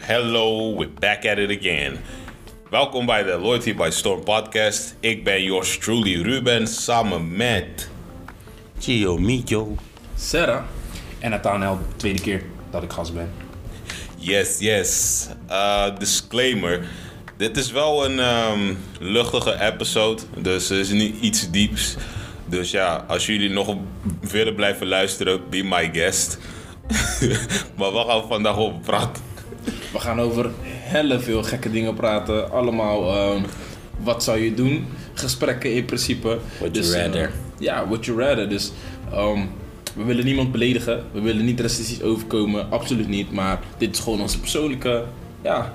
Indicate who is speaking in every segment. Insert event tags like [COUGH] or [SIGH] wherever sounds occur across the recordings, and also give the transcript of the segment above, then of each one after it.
Speaker 1: Hello, we're back at it again. Welkom bij de Loyalty by Storm podcast. Ik ben yours truly Ruben, samen met...
Speaker 2: Gio Mijo.
Speaker 3: Sarah en Nathaniel, tweede keer dat ik gast ben.
Speaker 1: Yes, yes. Uh, disclaimer. Dit is wel een ehm, luchtige episode, dus er is niet iets dieps. Dus ja, als jullie nog willen blijven luisteren, be my guest. [LAUGHS] maar we gaan vandaag op praten.
Speaker 3: We gaan over hele veel gekke dingen praten. Allemaal ehm, wat zou je doen? Gesprekken in principe.
Speaker 2: Would you
Speaker 3: eh,
Speaker 2: rather?
Speaker 3: ja, what you rather. Dus ehm, we willen niemand beledigen. We willen niet racistisch overkomen. Absoluut niet. Maar dit is gewoon onze persoonlijke... Ja.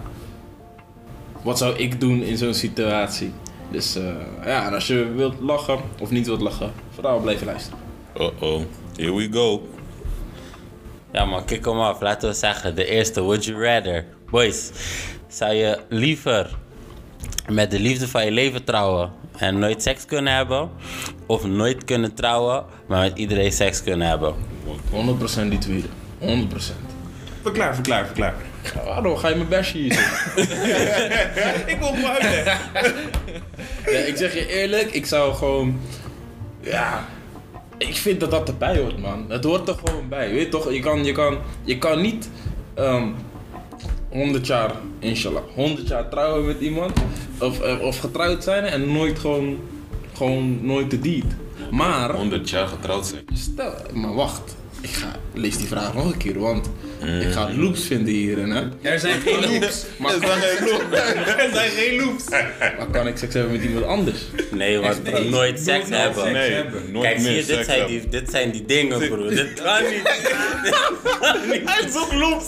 Speaker 3: Wat zou ik doen in zo'n situatie? Dus eh, ja, en als je wilt lachen of niet wilt lachen, vooral blijven luisteren.
Speaker 1: Uh-oh, here we go.
Speaker 2: Ja man, kijk hem af. Laten we zeggen, de eerste, would you rather? Boys, zou je liever met de liefde van je leven trouwen en nooit seks kunnen hebben? Of nooit kunnen trouwen, maar met iedereen seks kunnen hebben?
Speaker 3: 100% die tweede. 100%.
Speaker 4: Verklaar, verklaar, verklaar.
Speaker 3: Waarom ga je mijn besje hier zitten?
Speaker 4: [LAUGHS] Ik wil hem
Speaker 3: [LAUGHS]
Speaker 4: uitleggen.
Speaker 3: Ja, ik zeg je eerlijk, ik zou gewoon. Ja. Ik vind dat dat erbij hoort, man. Het hoort er gewoon bij. Je weet toch, je kan, je kan, je kan niet. ehm 100 jaar, inshallah. 100 jaar trouwen met iemand. Of, eh, of getrouwd zijn en nooit gewoon. Gewoon nooit de deed. Maar.
Speaker 1: 100 jaar getrouwd zijn.
Speaker 3: Stel, maar wacht. Ik ga, lees die vraag nog een keer, want ik ga
Speaker 2: Mm.
Speaker 3: loops vinden hierin, hè.
Speaker 4: Er zijn geen
Speaker 3: [LAUGHS]
Speaker 4: loops.
Speaker 3: Maar,
Speaker 4: Er zijn geen loops.
Speaker 3: maar kan ik seks hebben met iemand
Speaker 2: [LAUGHS]
Speaker 3: anders?
Speaker 2: Nee, want
Speaker 4: niet.
Speaker 2: nooit seks
Speaker 4: Nooit
Speaker 2: hebben.
Speaker 4: seks.
Speaker 1: Nee,
Speaker 4: hebben.
Speaker 1: nooit
Speaker 2: Kijk,
Speaker 1: meer
Speaker 2: zie je, dit
Speaker 1: seks
Speaker 2: zijn,
Speaker 1: hebben.
Speaker 2: die, dit zijn die dingen, broer. Dit kan niet.
Speaker 4: Hij zoekt loops.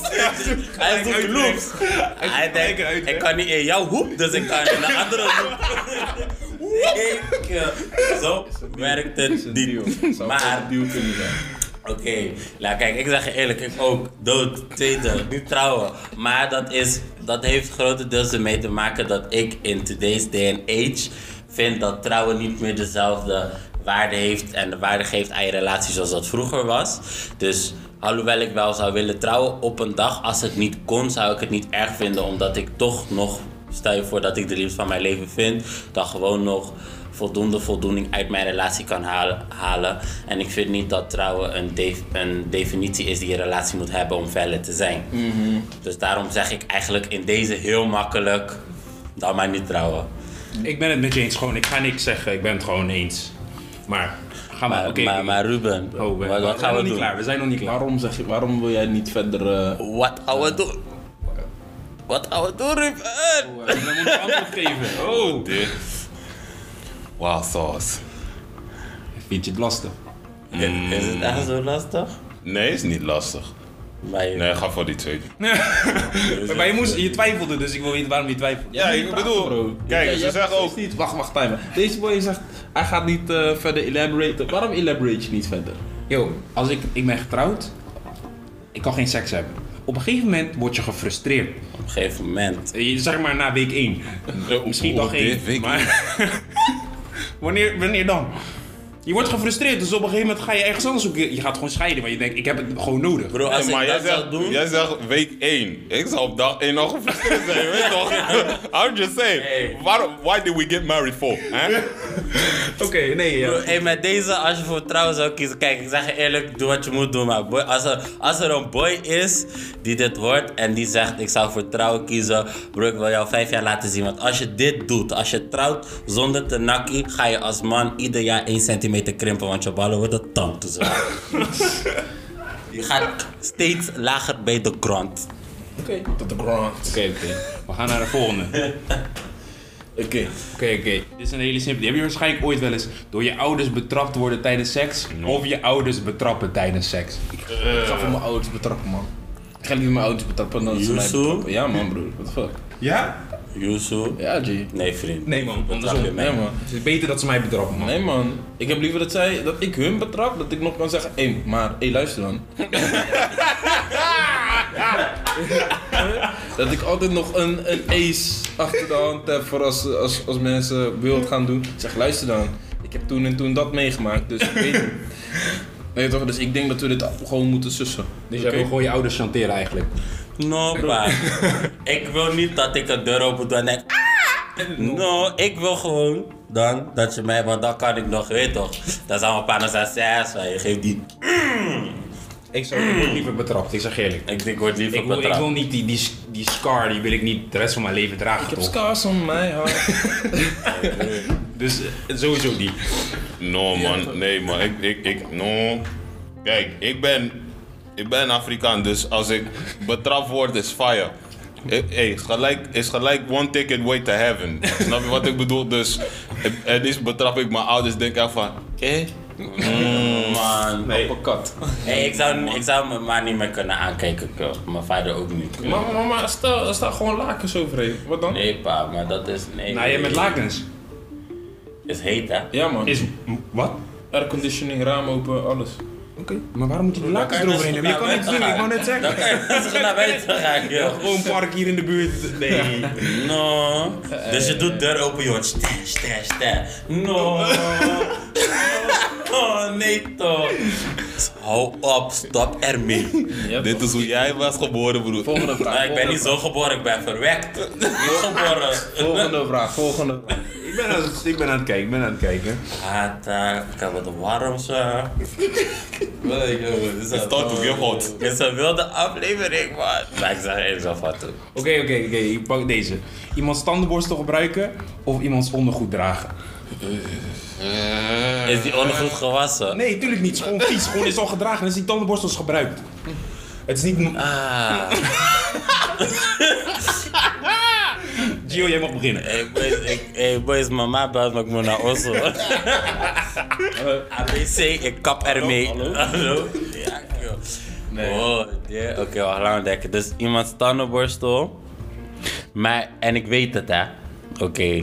Speaker 2: Hij zoekt loops. Hij denkt, ik kan niet in jouw hoep, dus ik kan in de andere hoep. Ik, eh, zo werkt
Speaker 3: Is
Speaker 2: het
Speaker 3: een deal.
Speaker 2: niet.
Speaker 3: Zou
Speaker 2: Maar
Speaker 3: een deal kunnen zijn.
Speaker 2: Oké, nou kijk, ik zeg je eerlijk, ik ook dood, tweede, niet trouwen. Maar dat, is, dat heeft grotendeels ermee te maken dat ik in today's day and age vind dat trouwen niet meer dezelfde waarde heeft en de waarde geeft aan je relatie zoals dat vroeger was. Dus alhoewel ik wel zou willen trouwen op een dag, als het niet kon, zou ik het niet erg vinden, omdat ik toch nog, stel je voor dat ik de liefde van mijn leven vind, dan gewoon nog voldoende voldoening uit mijn relatie kan halen. halen. En ik vind niet dat trouwen een, def- een definitie is die je relatie moet hebben om verder te zijn.
Speaker 4: Mhm.
Speaker 2: Dus daarom zeg ik eigenlijk in deze heel makkelijk, dan maar niet trouwen.
Speaker 4: Ik ben het met je eens gewoon. Ik ga niks zeggen. Ik ben het gewoon eens. Maar ga maar.
Speaker 2: Maar,
Speaker 4: Oké.
Speaker 2: maar, maar Ruben,
Speaker 4: Oh, we,
Speaker 2: wat,
Speaker 4: we zijn
Speaker 2: wat gaan
Speaker 4: nog
Speaker 2: we
Speaker 4: niet
Speaker 2: doen?
Speaker 4: klaar. We zijn nog niet klaar.
Speaker 3: Waarom, zeg je, waarom wil jij niet verder... eh,
Speaker 2: Wat gaan we doen? Wat gaan we doen, Ruben?
Speaker 4: Ik moet een antwoord [LAUGHS] geven. Oh.
Speaker 1: Dit. Wow, sauce.
Speaker 4: Vind je het lastig? Mm.
Speaker 2: Is het echt zo lastig?
Speaker 1: Nee, is niet lastig.
Speaker 2: Maar je-
Speaker 1: Nee, ga voor die tweede.
Speaker 4: Maar je, moest, je twijfelde, dus ik wil weten waarom je twijfelt.
Speaker 1: Ja, ik bedoel, kijk,
Speaker 3: jij-
Speaker 1: ze
Speaker 3: jij
Speaker 1: zeggen
Speaker 3: hebt
Speaker 1: ook-
Speaker 3: Niet, wacht, wacht, time. Deze boy zegt, hij gaat niet eh, verder elaboraten. Waarom elaborate je niet verder?
Speaker 4: Yo, als ik, ik ben getrouwd, ik kan geen seks hebben. Op een gegeven moment word je gefrustreerd.
Speaker 2: op een gegeven moment.
Speaker 4: Eh, Zeg maar na week 1. Misschien
Speaker 1: oh,
Speaker 4: toch
Speaker 1: dit weet
Speaker 4: één.
Speaker 1: ik
Speaker 4: Maar [LAUGHS] wanneer, wanneer dan? Je wordt gefrustreerd, dus op een gegeven moment ga je ergens anders zoeken. Je gaat gewoon scheiden, want je denkt, ik heb het gewoon nodig.
Speaker 2: Bro, als
Speaker 1: Nee, maar
Speaker 2: ik
Speaker 1: jij
Speaker 2: dat
Speaker 1: zegt,
Speaker 2: zou doen...
Speaker 1: jij zegt week 1. Ik zou op dag 1 al gefrustreerd zijn, weet je toch? I'm just saying,
Speaker 2: [LAUGHS] Hey.
Speaker 1: waarom, why did we get married for? Hè?
Speaker 4: Oké, nee, ja.
Speaker 2: Hey, met deze, als je voor trouwen zou kiezen, kijk, ik zeg je eerlijk, doe wat je moet doen. Maar boy, als, er, als er een boy is die dit hoort en die zegt, ik zou voor trouwen kiezen, bro, ik wil jou vijf jaar laten zien. Want als je dit doet, als je trouwt zonder te nakkie, ga je als man ieder jaar 1 centimeter krimpen, want je ballen worden tand te zwaar. je gaat steeds lager bij de grond.
Speaker 3: Oké. Tot de ground.
Speaker 4: Oké, oké. We gaan naar de volgende. Oké,
Speaker 3: Oké.
Speaker 4: [LAUGHS] oké. Dit is een hele simpele. Die heb je waarschijnlijk ooit wel eens door je ouders betrapt worden tijdens seks. Of je ouders betrappen tijdens seks.
Speaker 3: Ik ga voor mijn ouders betrappen, man. Ik ga liever mijn ouders betrappen dan dat ze mij
Speaker 2: Yuzu?
Speaker 3: betrappen. Ja, man, broer. What the fuck?
Speaker 4: Ja?
Speaker 2: Yuzu?
Speaker 3: Ja, G.
Speaker 2: Nee, vriend.
Speaker 4: Nee man,
Speaker 2: Betrap je
Speaker 4: andersom.
Speaker 2: mij?
Speaker 3: Nee, man.
Speaker 4: Het is beter dat ze mij betrappen man.
Speaker 3: Nee, man. Ik heb liever dat zij, dat ik hun betrap, dat ik nog kan zeggen, hé, maar, hé, luister dan. dat ik altijd nog een, een ace achter de hand heb voor als, als, als mensen wild gaan doen. Ik zeg, luister dan. Ik heb toen en toen dat meegemaakt, dus ik weet het. Nee toch? Dus ik denk dat we dit gewoon moeten sussen.
Speaker 5: Dus jij wil gewoon je ouders chanteren eigenlijk. [LAUGHS]
Speaker 2: No, pa. ik wil niet dat ik een deur open doe en denk... "Ah!" No, ik wil gewoon dan dat je mij... Want dan kan ik nog, weet toch? Dan zijn we panas aan zes, maar je geeft die...
Speaker 5: Ik zou ik word liever betrapt, ik zeg eerlijk.
Speaker 2: Ik, ik word liever
Speaker 5: Ik wil, ik
Speaker 2: betrapt.
Speaker 5: wil niet die, die, die scar, die wil ik niet de rest van mijn leven dragen.
Speaker 3: Ik heb
Speaker 5: toch?
Speaker 3: scars om mij, hart.
Speaker 5: Dus eh, sowieso die.
Speaker 1: No man, nee man, ik, ik, ik, no. Kijk, ik ben, ik ben Afrikaan, dus als ik betrapt word is fire. Eh, Hey, is gelijk, is gelijk one ticket way to heaven. Snap je wat ik bedoel? Dus, eh, en is betrap ik mijn ouders, denk ik van, eh?
Speaker 2: Man.
Speaker 3: Pakkat.
Speaker 2: Hey, ik, zou, ik zou mijn ma niet meer kunnen aankijken, bro. Mijn vader ook niet.
Speaker 3: Maar, maar, maar stel, er staan gewoon lakens overheen. Wat dan?
Speaker 2: Nee, pa, maar dat is... Nee,
Speaker 5: Nou, jij met lakens.
Speaker 2: is heet, hè? [LAUGHS]
Speaker 3: Ja man.
Speaker 5: Is. Wat?
Speaker 3: Airconditioning, raam open, alles.
Speaker 5: Oké, maar waarom moet je die lakens eroverheen hebben? Je kan niks doen, ik wou net
Speaker 2: Dan
Speaker 5: zeggen.
Speaker 2: kan je rustig naar buiten gaan, joh.
Speaker 5: Gewoon park hier in de buurt. Nee.
Speaker 2: No. Dus je doet deur open, je hoort ster, ster, ster. No. [LAUGHS] Oh, nee toch. Hou op, stop ermee.
Speaker 3: Ja,
Speaker 1: Dit is hoe jij was geboren, broer.
Speaker 3: Volgende vraag.
Speaker 2: Maar ik ben
Speaker 3: volgende
Speaker 2: niet zo geboren, ik ben verwekt. Niet geboren. [LAUGHS]
Speaker 3: Volgende vraag, volgende vraag.
Speaker 5: Ik ben, aan, het- ik ben aan het kijken, ik ben aan het kijken.
Speaker 2: Hata, eh, ik heb wat warm zo. Wat ik jongen, dit is
Speaker 1: Dat doe je god.
Speaker 2: Dit is een wilde aflevering, man. Maar ik zeg eerlijk zo wat toe.
Speaker 5: Oké, oké, oké, ik pak deze. Iemands tandenborstel gebruiken of iemands ondergoed dragen?
Speaker 2: Is die ondergoed gewassen?
Speaker 5: Nee, tuurlijk niet. Het is gewoon vies. Gewoon is al gedragen en is die tandenborstels gebruikt. Het is niet... mo-
Speaker 2: Ah,
Speaker 5: Gio, jij mag beginnen.
Speaker 2: hey boys, ik, hey boys, mama belt me, ik moet naar
Speaker 5: [LAUGHS]
Speaker 2: Oslo. ABC, ik kap ermee. [LAUGHS] Hallo? Ja, joh. Oh, die- Oké, wacht, laat me denken. Dus iemand tandenborstel. Maar, en ik weet het, hè. Oké.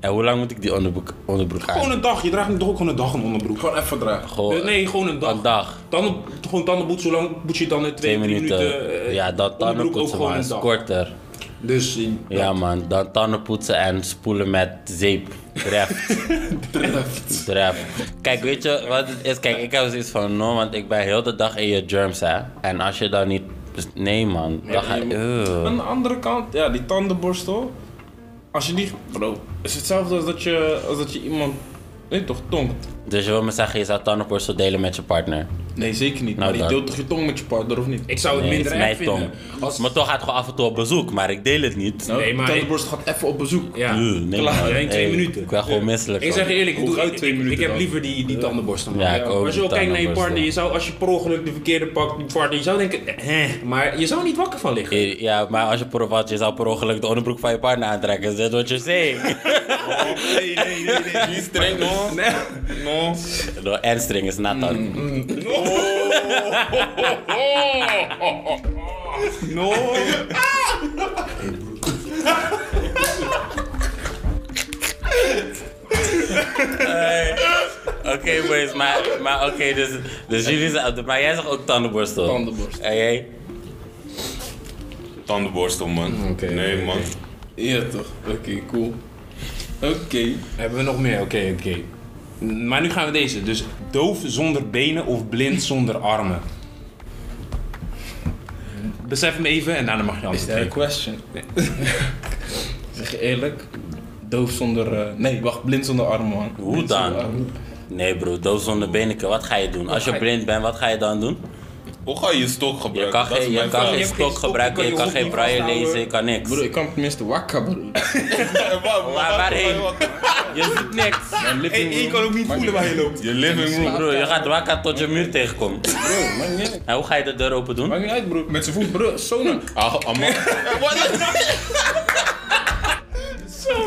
Speaker 2: En hoe lang moet ik die onderbroek, onderbroek aan?
Speaker 5: Gewoon een dag. Je draagt nu toch ook gewoon een dag een onderbroek?
Speaker 3: Gewoon even dragen.
Speaker 2: Gewoon
Speaker 5: Nee, gewoon een dag.
Speaker 2: een dag.
Speaker 5: Tanden, gewoon tandenboet, zo lang moet je dan in twee,
Speaker 2: Twee
Speaker 5: drie minuten...
Speaker 2: minuten.
Speaker 5: eh,
Speaker 2: ja, dan
Speaker 5: onderbroek ook
Speaker 2: tandenpoetsen,
Speaker 5: gewoon
Speaker 2: maar
Speaker 5: een
Speaker 2: is
Speaker 5: dag.
Speaker 2: korter.
Speaker 5: Dus... eh,
Speaker 2: Ja, man. Dan tandenpoetsen en spoelen met zeep. Treft.
Speaker 5: [LAUGHS]
Speaker 2: Treft. Kijk, weet je wat het is? Kijk, ik heb zoiets van, no, want ik ben heel de dag in je germs, hè. En als je dan niet... Nee, man. eh, Dan ga
Speaker 3: nee,
Speaker 2: Eeuw.
Speaker 3: Aan de andere kant, ja, die tandenborstel. Als je die. Bro. Het is hetzelfde als dat je, als dat je iemand. Nee, toch, tong.
Speaker 2: Dus je wil me zeggen, je zou tandenborstel delen met je partner?
Speaker 3: Nee, zeker niet.
Speaker 2: Nou,
Speaker 3: maar die
Speaker 2: dan.
Speaker 3: deelt toch je tong met je partner, of niet?
Speaker 5: Ik zou het
Speaker 2: Nee, het
Speaker 5: minder
Speaker 2: is
Speaker 5: erg
Speaker 2: mijn
Speaker 5: vinden.
Speaker 2: tong.
Speaker 5: Als...
Speaker 2: Mijn tong gaat gewoon af en toe op bezoek, maar ik deel het niet.
Speaker 3: Nou,
Speaker 5: Nee,
Speaker 3: die
Speaker 5: maar-
Speaker 3: tandenborstel gaat even op bezoek.
Speaker 5: Ja.
Speaker 2: Eeuw, nee,
Speaker 5: Klaar,
Speaker 2: man.
Speaker 5: in twee
Speaker 2: Hey,
Speaker 5: minuten.
Speaker 2: Ik ben gewoon misselijk.
Speaker 5: Ik
Speaker 2: van.
Speaker 5: zeg je eerlijk, ik,
Speaker 3: Hoe
Speaker 5: doe,
Speaker 3: ga je
Speaker 5: ik,
Speaker 3: twee
Speaker 5: ik- ik
Speaker 3: minuten
Speaker 5: heb
Speaker 3: dan?
Speaker 5: liever die, die tandenborstel. man.
Speaker 2: Ja, ik ook.
Speaker 5: Als je
Speaker 2: die
Speaker 5: ook kijkt naar je
Speaker 2: tandenborstel.
Speaker 5: partner, je zou, als je per ongeluk de verkeerde pakt, die partner, je zou denken, hè, maar je zou niet wakker van liggen.
Speaker 2: Eh, Ja, maar als je per, wat, je zou per ongeluk de onderbroek van je partner aantrekken. Is dat wat je zegt?
Speaker 1: [LAUGHS]
Speaker 5: Nee, nee, nee.
Speaker 1: Niet streng, no. No.
Speaker 2: Door Ernstring is nat [LAUGHS] dan.
Speaker 5: No.
Speaker 2: Oké, boys, maar, maar oké, dus, dus jullie zijn, maar jij zegt ook tandenborstel.
Speaker 3: Tandenborstel.
Speaker 2: En jij?
Speaker 1: Tandenborstel, man.
Speaker 5: Oké,
Speaker 1: nee,
Speaker 5: oké,
Speaker 1: man.
Speaker 3: Ja, toch. Oké, cool. Oké.
Speaker 5: Eh, Hebben we nog meer? Oké, oké. Maar nu gaan we deze. Dus doof zonder benen of [LAUGHS] blind zonder armen. Besef hem even en daarna mag je
Speaker 3: Is
Speaker 5: antwoord
Speaker 3: dat een
Speaker 5: geven.
Speaker 3: question? [LAUGHS] zeg je eerlijk? Doof zonder. eh, nee, wacht, blind zonder armen, man.
Speaker 2: Hoe
Speaker 3: Blind zonder
Speaker 2: dan?
Speaker 3: armen.
Speaker 2: Nee, bro, doof zonder benenken, wat ga je doen? Als je blind bent, wat ga je dan doen?
Speaker 1: Hoe ga je je stok
Speaker 2: Je
Speaker 1: gebruiken?
Speaker 2: kan
Speaker 1: Dat is
Speaker 2: geen, je
Speaker 1: mijn
Speaker 2: kan
Speaker 1: vraag. [LAUGHS]
Speaker 2: geen
Speaker 5: hebt geen
Speaker 2: stok
Speaker 5: stok,
Speaker 2: gebruiken, je kan geen
Speaker 5: niet
Speaker 2: braille
Speaker 5: vasthouden.
Speaker 2: lezen, je kan niks.
Speaker 3: Broer, ik kan op het minste wakker, broer.
Speaker 1: Eh, waar- waar-
Speaker 2: Maar
Speaker 1: [LAUGHS]
Speaker 2: waarheen?
Speaker 1: waar- waar-
Speaker 2: Je ziet niks.
Speaker 3: Mijn living room.
Speaker 5: ook niet voelen waar je loopt.
Speaker 1: Je living room.
Speaker 2: Bro, je gaat wakker tot je muur tegenkomt.
Speaker 3: Broer, maakt niet uit.
Speaker 2: En hoe ga je de deur open doen?
Speaker 3: Maakt niet uit, broer. Met zijn voet, broer. Sona.
Speaker 1: Ah, ah, [LAUGHS] man.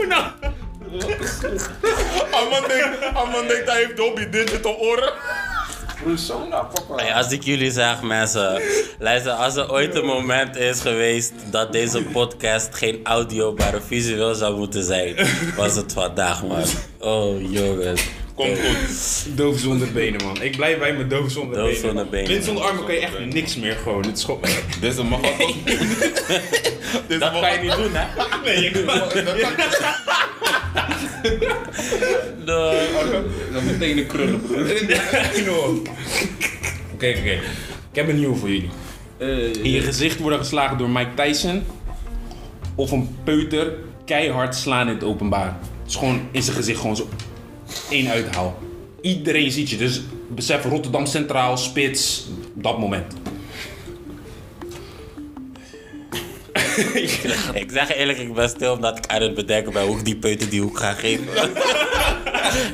Speaker 2: nou.
Speaker 1: Amman denkt, Amman denkt hij heeft Dobby digital oren.
Speaker 3: Broer, Sona, papa.
Speaker 2: Hey, als ik jullie zeg, mensen, luister, als er ooit een moment is geweest dat deze podcast geen audio, maar een visueel zou moeten zijn, was het vandaag, man. Oh, jongens.
Speaker 1: Komt goed.
Speaker 5: Doof zonder benen, man. Ik blijf bij mijn doof zonder
Speaker 2: Doof
Speaker 5: benen.
Speaker 2: zonder
Speaker 5: man.
Speaker 2: benen.
Speaker 5: Blind zonder armen kan je echt niks meer gewoon. Het is gewoon...
Speaker 1: Dit is een marathon. [LAUGHS] Dit is
Speaker 2: Dat
Speaker 1: een
Speaker 2: kan je niet doen, hè?
Speaker 5: [LAUGHS] Nee, je
Speaker 2: De-
Speaker 3: Dan meteen de krullen, broer.
Speaker 5: kan... oké. Ik heb een nieuwe voor jullie. In je gezicht worden geslagen door Mike Tyson. Of een peuter keihard slaan in het openbaar. Het is gewoon in zijn gezicht gewoon zo één uithaal. Iedereen ziet je, dus besef Rotterdam Centraal, spits, op dat moment.
Speaker 2: Ik zeg je eerlijk, ik ben stil omdat ik aan het bedenken ben hoe ik die peuter die hoek ga
Speaker 1: [LAUGHS]
Speaker 2: geven.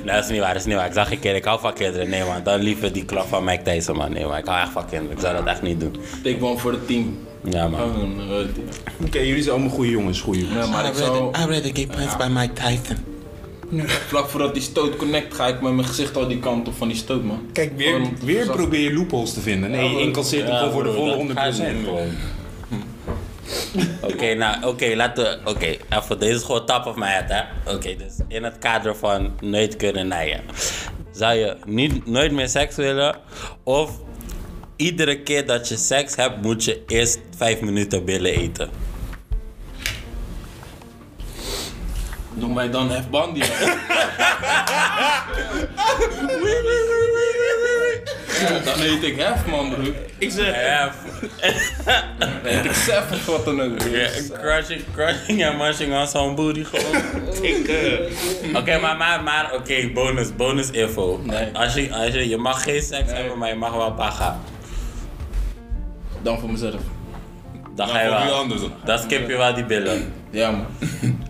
Speaker 2: nee, dat is niet waar, dat is niet waar. Ik zag geen kinderen, ik hou van kinderen. Nee man, dan liever die klap van Mike Tyson man. Nee man, ik hou echt van kinderen. Ik zou dat echt niet doen.
Speaker 3: Take one voor het team. Oh,
Speaker 2: Ja man.
Speaker 5: Oké, jullie zijn allemaal goede jongens, goede jongens.
Speaker 3: Ja, maar ik zou,
Speaker 2: get punched by Mike Tyson.
Speaker 3: vlak voordat die stoot connect ga ik met mijn gezicht al die kant op van die stoot, man.
Speaker 5: Kijk, weer,
Speaker 3: Gewoon
Speaker 5: weer
Speaker 3: zacht.
Speaker 5: probeer je loopholes te vinden. Nee, je incasseert hem gewoon voor de volle 100%.
Speaker 2: Oké, nou, oké, laten we... Oké, even, deze is gewoon top of my head, hè. Oké, dus in het kader van nooit kunnen naaien. Zou je niet, nooit meer seks willen? Of iedere keer dat je seks hebt, moet je eerst vijf minuten billen eten?
Speaker 3: Noem mij dan F. Bandy. man. [LAUGHS] dan heet ik Hef, man, broer.
Speaker 4: Ik zeg,
Speaker 2: Ja,
Speaker 3: Ik zeg of wat dan ook. broer.
Speaker 2: crushing, crushing en mushing on zo'n booty gewoon.
Speaker 4: ik, eh,
Speaker 2: Oké, maar, maar, maar oké, bonus, bonus info.
Speaker 3: Nee.
Speaker 2: Als je, als je, je mag geen seks hebben, maar je mag wel paga.
Speaker 3: Dan voor mezelf.
Speaker 2: Dan ga je
Speaker 1: voor wie
Speaker 2: wel.
Speaker 1: anders dan?
Speaker 2: Dan skip je wel die billen.
Speaker 3: Ja, man.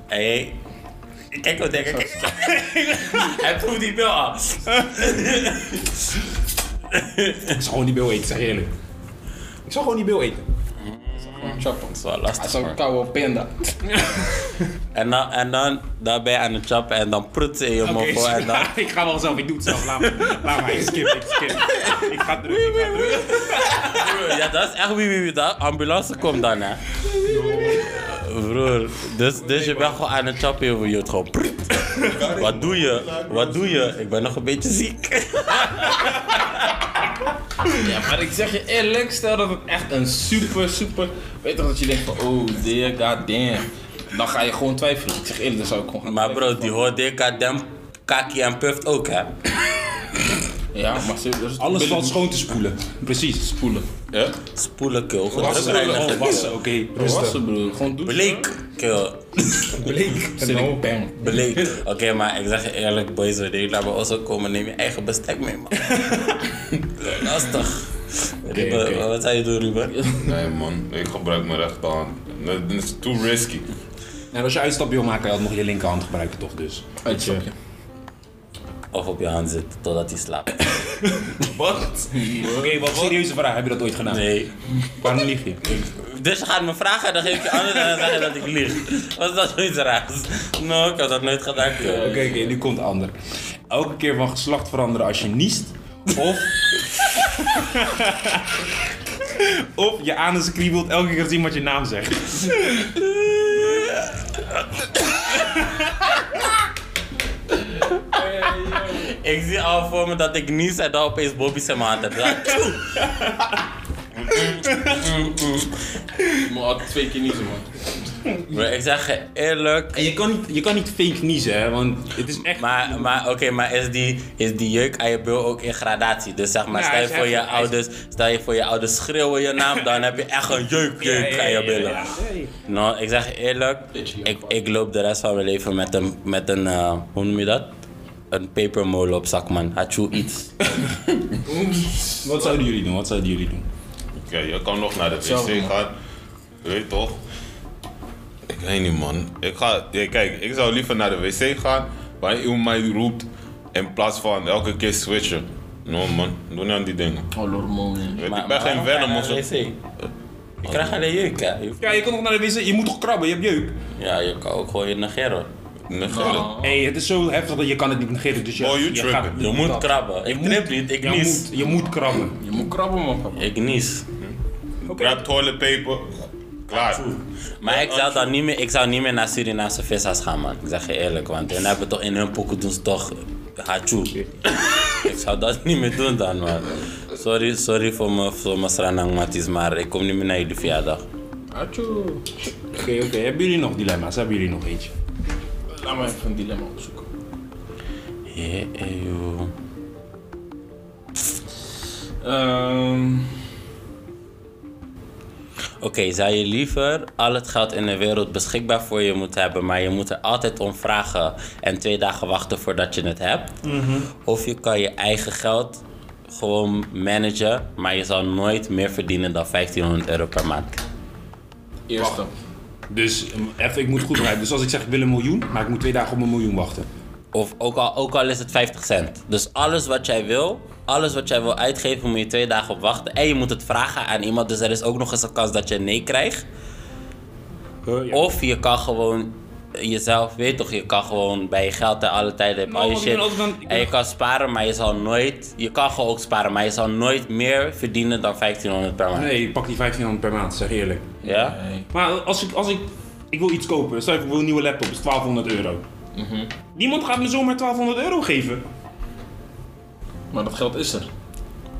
Speaker 2: Hé. Kijk wat ik [LAUGHS] kijk. Hij proeft die bil af.
Speaker 5: Ik zou gewoon die bil eten, zeg je eerlijk. Ik zou gewoon die bil eten.
Speaker 3: Chapo.
Speaker 2: Dat is wel
Speaker 3: Hij
Speaker 2: lastig.
Speaker 3: zou koude pinda.
Speaker 2: En dan, en dan, dan ben je aan het chappen en dan proet ze in je
Speaker 5: Oké, [LAUGHS]
Speaker 2: moffel en dan...
Speaker 5: ik ga wel zelf, ik doe het zelf. Laat maar, laat maar ik skip, ik skip. Ik ga terug, ik ga terug.
Speaker 2: [LAUGHS] Ja, dat is echt wie wie wie dat. Ambulance komt dan, hè. Broer, dus, dus je bent gewoon aan het chappen, je wordt [LAUGHS] gewoon... prut. Wat doe je? Wat doe je? Ik ben nog een beetje ziek.
Speaker 3: Ja, maar ik zeg je eerlijk, stel dat het echt een super, super... Weet toch dat je denkt van, oh dear, god damn. Dan ga je gewoon twijfelen. Ik zeg eerlijk, dan zou ik gewoon gaan
Speaker 2: Maar
Speaker 3: twijfelen
Speaker 2: bro, die hoort DK, Dem, Kaki en Puft ook, hè.
Speaker 3: van- Ja, maar dus serieus.
Speaker 5: Alles valt schoon te spoelen. Precies.
Speaker 3: spoelen.
Speaker 1: Ja?
Speaker 2: Spoelen kill,
Speaker 5: Wassen, oh, wassen, oké. Rustig.
Speaker 3: Wassen, broer. Gewoon doen.
Speaker 2: Bleek kill.
Speaker 5: Bleek.
Speaker 3: Zit ik bang.
Speaker 2: Beleefd. Oké, maar ik zeg je eerlijk, boys, wil jullie naar mijn osso komen, neem je eigen bestek
Speaker 5: [LAUGHS]
Speaker 2: mee, man. Lastig. Ruben,
Speaker 5: oké.
Speaker 2: wat zou je doen, Ruben?
Speaker 5: [LAUGHS]
Speaker 1: Nee man, ik gebruik mijn rechterhand. Dat is too risky.
Speaker 5: En als je uitstap wil maken, dan moet je je linkerhand gebruiken toch dus.
Speaker 3: Uitzakje.
Speaker 2: Of op je hand zitten totdat hij
Speaker 5: [LAUGHS]
Speaker 2: slaapt.
Speaker 5: Wat? Oké, wat serieuze vraag. Heb je dat ooit gedaan?
Speaker 2: Nee.
Speaker 5: Waarom lieg je?
Speaker 2: Dus je gaat me vragen, dan geef je antwoord en dan zeg je dat ik lieg. Wat is dat zoiets raars? No, ik heb dat nooit gedaan.
Speaker 5: Oké, oké, nu komt de ander. Elke keer van geslacht veranderen als je niest. Of. [LAUGHS] of je anus kriebelt elke keer als iemand je naam zegt.
Speaker 2: Ik zie al voor me dat ik niet zei dat opeens Bobby zijn maat heb.
Speaker 5: [LAUGHS]
Speaker 2: Ja, tjoe.
Speaker 3: Je moet altijd twee keer niezen, man.
Speaker 2: Bro, ik zeg je eerlijk,
Speaker 5: En je kan niet, je kan niet fake niezen, hè? Want het is echt.
Speaker 2: Maar, maar oké, maar is die, is die jeuk aan je bil ook in gradatie? Dus zeg maar,
Speaker 5: Ja,
Speaker 2: stel, je
Speaker 5: hij is
Speaker 2: voor je
Speaker 5: echt- hij is-
Speaker 2: ouders, stel je voor je ouders schreeuwen je naam, dan heb je echt een jeuk, jeuk aan je billen. Nou, ik zeg je eerlijk, ik, ik loop de rest van mijn leven met een, met een eh, hoe noem je dat? Een papermolen op zak, man. Hachu iets.
Speaker 5: Wat zouden jullie doen? Wat zouden jullie doen?
Speaker 1: Oké, je kan nog naar de wc gaan. Je Weet toch? Ik weet niet, man. Ik ga, ja, kijk, ik zou liever naar de wc gaan waar iemand mij roept in plaats van elke keer switchen. No, man. Doe niet aan die dingen.
Speaker 3: Oh, hormonen.
Speaker 1: Weet,
Speaker 2: Maar-
Speaker 1: ik ben
Speaker 2: maar
Speaker 1: geen
Speaker 2: waarom
Speaker 1: Venom of
Speaker 2: ga
Speaker 1: zo.
Speaker 2: je naar de wc? Ik krijg alleen jeuk, hè. Je-
Speaker 5: Ja, je kan nog naar de wc. Je moet toch krabben, je hebt jeuk.
Speaker 2: Ja, je kan ook gewoon je negeren.
Speaker 1: Negeren.
Speaker 2: Oh,
Speaker 5: Hé, hey, het is zo heftig dat je kan het niet negeren. Dus je,
Speaker 1: Oh, you
Speaker 5: je
Speaker 1: tripping.
Speaker 5: gaat-
Speaker 2: Je moet krabben. Ik knip
Speaker 5: moet-
Speaker 2: niet, ik
Speaker 5: je
Speaker 2: nies.
Speaker 5: moet, je moet krabben.
Speaker 3: Je moet krabben, man. papa.
Speaker 2: Ik nies.
Speaker 1: Grab toilet paper. Klaar.
Speaker 2: Maar ik zou, dan niet meer, ik zou niet meer naar Surinaamse vissers gaan, man. Ik zeg je eerlijk, want hun hebben toch in hun pokoe doen ze toch hachu. [LAUGHS] ik zou dat niet meer doen dan, man. Sorry, sorry voor mijn, voor mijn sranang matties, maar ik kom niet meer naar jullie verjaardag.
Speaker 3: Atjoe.
Speaker 5: Oké, oké. Hebben jullie nog dilemma's? Hebben jullie nog eentje?
Speaker 3: Laat me even een dilemma opzoeken.
Speaker 2: eh, Hé, hé, joh.
Speaker 3: Ehm,
Speaker 2: Oké, zou je liever al het geld in de wereld beschikbaar voor je moeten hebben, maar je moet er altijd om vragen en twee dagen wachten voordat je het hebt? Of je kan je eigen geld gewoon managen, maar je zal nooit meer verdienen dan 1500 euro per maand.
Speaker 3: eerste.
Speaker 5: Dus um, even, ik moet goed begrijpen. Dus als ik zeg ik wil een miljoen, maar ik moet twee dagen op een miljoen wachten.
Speaker 2: Of ook al, ook al is het 50 cent. Dus alles wat jij wil, alles wat jij wil uitgeven, moet je twee dagen op wachten. En je moet het vragen aan iemand, dus er is ook nog eens een kans dat je een nee krijgt.
Speaker 5: Oh.
Speaker 2: Of je kan gewoon jezelf, weet toch, je kan gewoon bij je geld en alle tijden heb
Speaker 5: Nou,
Speaker 2: al je
Speaker 5: ik ben
Speaker 2: shit.
Speaker 5: altijd aan- ik ben-
Speaker 2: En je kan sparen, maar je zal nooit, je kan gewoon ook sparen, maar je zal nooit meer verdienen dan 1500 per maand.
Speaker 5: Nee, ik pak die 1500 per maand, zeg eerlijk.
Speaker 2: Ja?
Speaker 5: Maar als ik, als ik, ik wil iets kopen, stel ik wil een nieuwe laptop, is 1200 euro.
Speaker 2: Mhm.
Speaker 5: Niemand gaat me zomaar 1200 euro geven.
Speaker 3: Maar dat geld is er.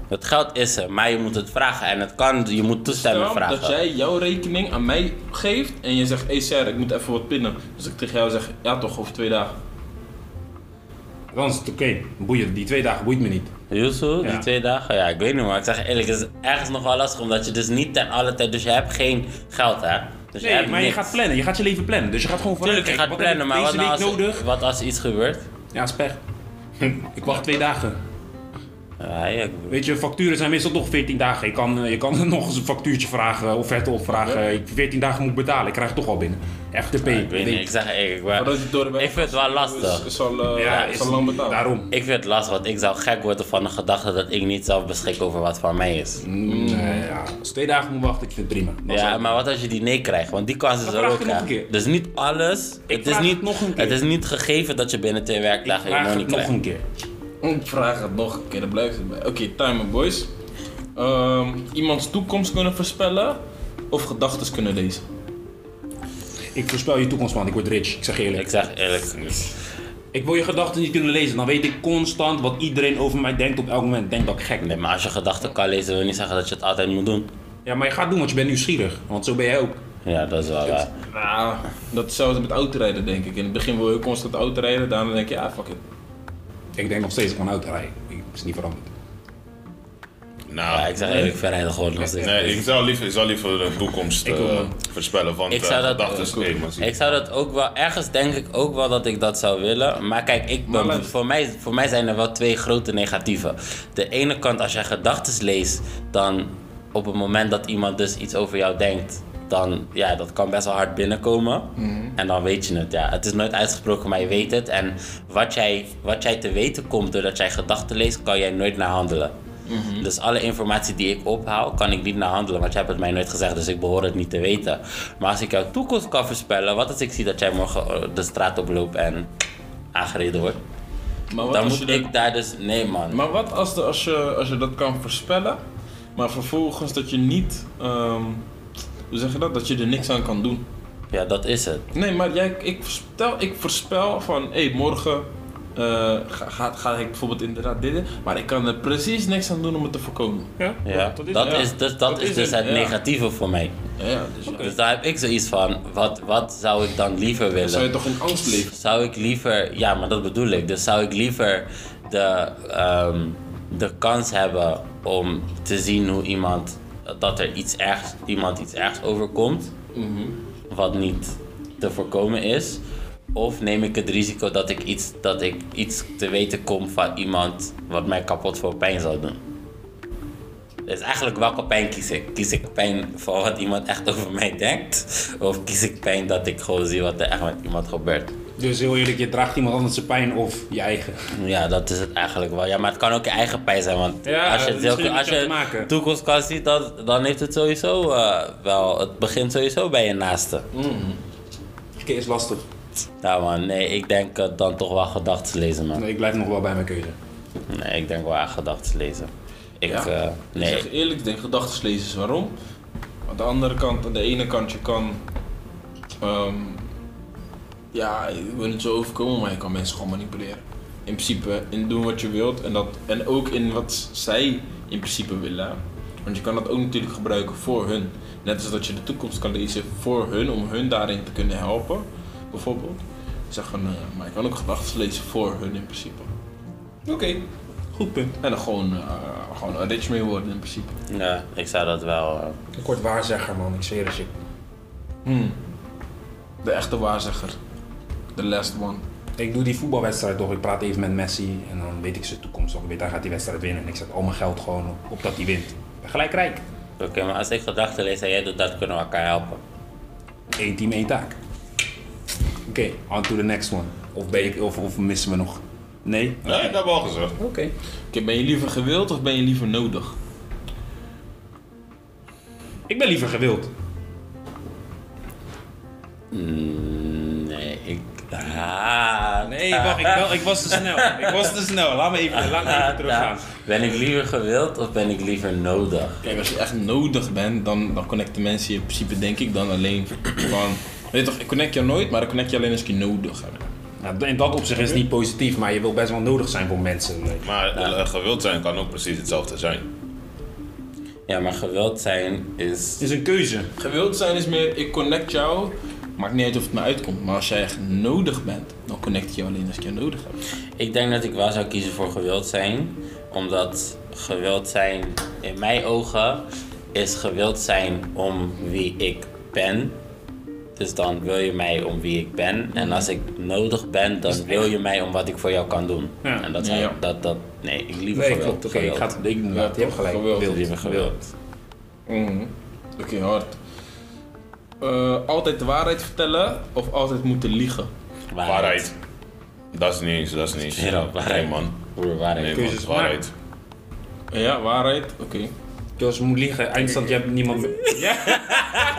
Speaker 2: Het geld is er, maar je moet het vragen en het kan, je moet toestemming
Speaker 3: Stel
Speaker 2: vragen.
Speaker 3: dat jij jouw rekening aan mij geeft en je zegt, hey Ser, ik moet even wat pinnen. Dus ik tegen jou zeg, ja toch, over twee dagen.
Speaker 5: Dan is het oké. Boeien, die twee dagen boeit me niet.
Speaker 2: Yuzu, die
Speaker 5: Ja.
Speaker 2: twee dagen? Ja, ik weet niet, maar ik zeg eerlijk, het is ergens nog wel lastig omdat je dus niet ten alle tijd, dus je hebt geen geld hè? Dus
Speaker 5: Nee, maar je gaat plannen. Je gaat je leven plannen. Dus je gaat gewoon van.
Speaker 2: Tuurlijk, je gaat plannen, maar wat
Speaker 5: deze
Speaker 2: nou
Speaker 5: week
Speaker 2: als,
Speaker 5: nodig?
Speaker 2: wat als er iets gebeurt?
Speaker 5: Ja, is pech. [LAUGHS] ik wacht twee dagen.
Speaker 2: Ja, ja, ik-
Speaker 5: Weet je, facturen zijn meestal toch 14 dagen. Je kan, eh, je kan [LAUGHS] nog eens een factuurtje vragen, offerte opvragen. Ik 14 dagen moet ik betalen, ik krijg het toch al binnen. FTP.
Speaker 2: ik weet niet, ik zeg eerlijk, maar
Speaker 3: Maar dat je door de weg
Speaker 2: ik vind het wel
Speaker 3: is,
Speaker 2: lastig.
Speaker 3: is al, eh,
Speaker 5: Ja,
Speaker 3: is
Speaker 5: is
Speaker 3: al lang betaald.
Speaker 5: Daarom.
Speaker 2: Ik vind het lastig, want ik zou gek worden van de gedachte dat ik niet zelf beschik over wat van mij is.
Speaker 5: Mm, Nee, ja. Als twee dagen moet wachten, ik vind het prima. Dan
Speaker 2: Mm. Ja,
Speaker 5: zal-
Speaker 2: maar wat als je die nee krijgt? Want die kans is
Speaker 5: Dan
Speaker 2: er
Speaker 5: vraag
Speaker 2: ook.
Speaker 5: je nog
Speaker 2: hè.
Speaker 5: een keer.
Speaker 2: Dus niet alles. het, is
Speaker 5: vraag
Speaker 2: niet,
Speaker 5: het nog een keer.
Speaker 2: het is niet gegeven dat je binnen twee werkdagen je
Speaker 5: Vraag
Speaker 2: money
Speaker 5: het nog
Speaker 2: krijgt.
Speaker 5: een keer.
Speaker 3: Ik vraag het nog een keer, daar blijft het bij. Oké, timer boys. Ehm, iemands toekomst kunnen voorspellen of gedachten kunnen lezen.
Speaker 5: Ik voorspel je toekomst, man. Ik word rich. Ik zeg je eerlijk.
Speaker 2: Ik zeg eerlijk.
Speaker 5: Ik wil je gedachten niet kunnen lezen. Dan weet ik constant wat iedereen over mij denkt op elk moment. Ik Denk dat ik gek ben.
Speaker 2: Nee, maar als je gedachten kan lezen, wil niet zeggen dat je het altijd moet doen.
Speaker 5: Ja, maar je gaat doen, want je bent nieuwsgierig. Want zo ben jij ook.
Speaker 2: Ja, dat is wel waar.
Speaker 5: Ah.
Speaker 3: Nou, dat is zelfs met autorijden denk ik. In het begin wil je constant autorijden, daarna denk je, ja fuck it.
Speaker 5: Ik denk nog steeds van auto rijden. Ik- Het is niet veranderd.
Speaker 2: Ja,
Speaker 1: Nou,
Speaker 2: ik zeg eerlijk, verrijden gewoon nog steeds.
Speaker 1: nee, ik zou liever, ik zou liever de toekomst eh, voorspellen, want
Speaker 2: Ik
Speaker 1: ik
Speaker 2: zou dat-
Speaker 1: gedachten is
Speaker 3: ik ook.
Speaker 2: Ik zou dat ook wel, ergens denk ik ook wel dat ik dat zou willen. Maar kijk, ik ben-
Speaker 3: luister.
Speaker 2: voor, mij, voor mij zijn er wel twee grote negatieven. De ene kant, als jij gedachten leest, dan op het moment dat iemand dus iets over jou denkt, dan ja, dat kan best wel hard binnenkomen. En dan weet je het, ja. Het is nooit uitgesproken, maar je weet het. En wat jij, wat jij te weten komt doordat jij gedachten leest, kan jij nooit naar handelen. Dus alle informatie die ik ophaal, kan ik niet naar handelen. Want jij hebt het mij nooit gezegd, dus ik behoor het niet te weten. Maar als ik jouw toekomst kan voorspellen, wat als ik zie dat jij morgen eh, de straat oploopt en aangereden wordt?
Speaker 3: Maar wat
Speaker 2: Dan
Speaker 3: als je
Speaker 2: moet
Speaker 3: dat-
Speaker 2: ik daar dus. Nee, man.
Speaker 3: Maar wat als, de, als, je, als je dat kan voorspellen, maar vervolgens dat je niet, ehm, hoe zeg je dat, dat je er niks aan kan doen.
Speaker 2: Ja, dat is het.
Speaker 3: Nee, maar jij, ik, voorspel, ik voorspel van, hé, morgen eh, ga, ga, ga ik bijvoorbeeld inderdaad dit, doen, maar ik kan er precies niks aan doen om het te voorkomen.
Speaker 5: Ja,
Speaker 2: Ja.
Speaker 5: dat is
Speaker 2: Dat
Speaker 3: ja.
Speaker 2: is dus, dat
Speaker 3: Dat
Speaker 2: is
Speaker 3: is
Speaker 2: dus
Speaker 3: het,
Speaker 2: het
Speaker 3: ja.
Speaker 2: negatieve voor mij.
Speaker 3: Ja, dus ja.
Speaker 2: Dus daar heb ik zoiets van. Wat, wat zou ik dan liever willen?
Speaker 3: zou je toch in angst leven?
Speaker 2: Zou ik liever, ja, maar dat bedoel ik. Dus zou ik liever de, ehm, de kans hebben om te zien hoe iemand, dat er iets ergs, iemand iets ergs overkomt, wat niet te voorkomen is. Of neem ik het risico dat ik, iets, dat ik iets te weten kom van iemand wat mij kapot voor pijn zou doen? Dus eigenlijk welke pijn kies ik? Kies ik pijn van wat iemand echt over mij denkt? Of kies ik pijn dat ik gewoon zie wat er echt met iemand gebeurt?
Speaker 5: Dus heel eerlijk, je draagt iemand anders zijn pijn of je eigen.
Speaker 2: Ja, dat is het eigenlijk wel. Ja, maar het kan ook je eigen pijn zijn, want
Speaker 5: Ja,
Speaker 2: als je, het
Speaker 5: dat
Speaker 2: heel-
Speaker 5: is geen
Speaker 2: als je
Speaker 5: te maken.
Speaker 2: de toekomst kan zien, dan, dan heeft het sowieso eh, wel... Het begint sowieso bij je naaste.
Speaker 5: Oké, is lastig.
Speaker 2: Ja man, nee, ik denk eh, dan toch wel gedachten lezen, man.
Speaker 5: Nee, ik blijf nog wel bij mijn keuze.
Speaker 2: Nee, ik denk wel aan gedachten lezen. Ik,
Speaker 3: Ja?
Speaker 2: eh,
Speaker 3: Ik
Speaker 2: nee,
Speaker 3: zeg je eerlijk, ik denk gedachten lezen is waarom. Aan de andere kant, aan de ene kant, je kan. ehm, ja, ik wil het zo overkomen, maar je kan mensen gewoon manipuleren. In principe, in doen wat je wilt en, dat, en ook in wat zij in principe willen. Want je kan dat ook natuurlijk gebruiken voor hun. Net als dat je de toekomst kan lezen voor hun, om hun daarin te kunnen helpen, bijvoorbeeld. Ik Zeg van, eh, maar je kan ook gedachten lezen voor hun in principe.
Speaker 5: Oké, goed punt.
Speaker 3: En dan gewoon eh, gewoon een rich mee worden in principe.
Speaker 2: Ja, ik zou dat wel. eh,
Speaker 5: Ik word waarzegger, man. Ik zweer het je.
Speaker 3: De echte waarzegger. The last one.
Speaker 5: Ik doe die voetbalwedstrijd toch. Ik praat even met Messi. En dan weet ik zijn toekomst. Of ik weet, hij gaat die wedstrijd winnen. En ik zet al mijn geld gewoon op, op dat hij wint. Ik ben Gelijk rijk.
Speaker 2: Oké, maar als ik gedachten lees en jij doet dat, kunnen we elkaar helpen.
Speaker 5: Eén team, één taak. Oké, on to the next one. Of, ben ik, of, of missen we nog? Nee?
Speaker 1: Nee, dat hebben we al gezegd.
Speaker 5: Oké.
Speaker 3: Oké, ben je liever gewild of ben je liever nodig?
Speaker 5: Ik ben liever gewild.
Speaker 2: Nee, ik. Ah,
Speaker 5: Nee, wacht. Ik, wel- ik was te snel. Ik was te snel. Laat me even, laat me [LAUGHS] even teruggaan.
Speaker 2: Ben ik liever gewild of ben ik liever nodig?
Speaker 3: Kijk, als je echt nodig bent, dan, dan connecten mensen je in principe denk ik dan alleen [CLEARS THROAT] van... Weet je toch, ik connect je nooit, maar ik connect je alleen als ik je nodig heb.
Speaker 5: Nou, in dat opzicht is het niet positief. Maar je wil best wel nodig zijn voor mensen.
Speaker 1: Maar eh, gewild zijn kan ook precies hetzelfde zijn.
Speaker 2: Ja, maar gewild zijn is.
Speaker 5: Het is een keuze.
Speaker 3: Gewild zijn is meer, ik connect jou. Maakt niet uit of het me uitkomt, maar als jij echt nodig bent, dan connect ik je alleen als ik je nodig heb.
Speaker 2: Ik denk dat ik wel zou kiezen voor gewild zijn. Omdat gewild zijn, in mijn ogen, is gewild zijn om wie ik ben. Dus dan wil je mij om wie ik ben. En als ik nodig ben, dan wil je mij om wat ik voor jou kan doen.
Speaker 5: Ja.
Speaker 2: En dat zijn.
Speaker 3: Ja.
Speaker 2: Dat, dat, nee, ik liever
Speaker 5: Nee,
Speaker 2: gewild.
Speaker 5: klopt. Oké, ik
Speaker 2: Gewild.
Speaker 5: ga het... Ik, inderdaad, je hebt gelijk.
Speaker 3: gewild.
Speaker 5: Wild.
Speaker 2: liever gewild.
Speaker 3: Oké, hard. Eh, altijd de waarheid vertellen of altijd moeten liegen?
Speaker 1: Waarheid. Dat is niet eens, dat is niet eens.
Speaker 2: Ja, waarheid.
Speaker 1: Nee man.
Speaker 2: Broer, waarheid.
Speaker 1: Nee man,
Speaker 5: Keuzes
Speaker 1: waarheid.
Speaker 3: Ja, waarheid, oké.
Speaker 5: Dus je moet liegen. Eindstand, je hebt niemand... [LAUGHS]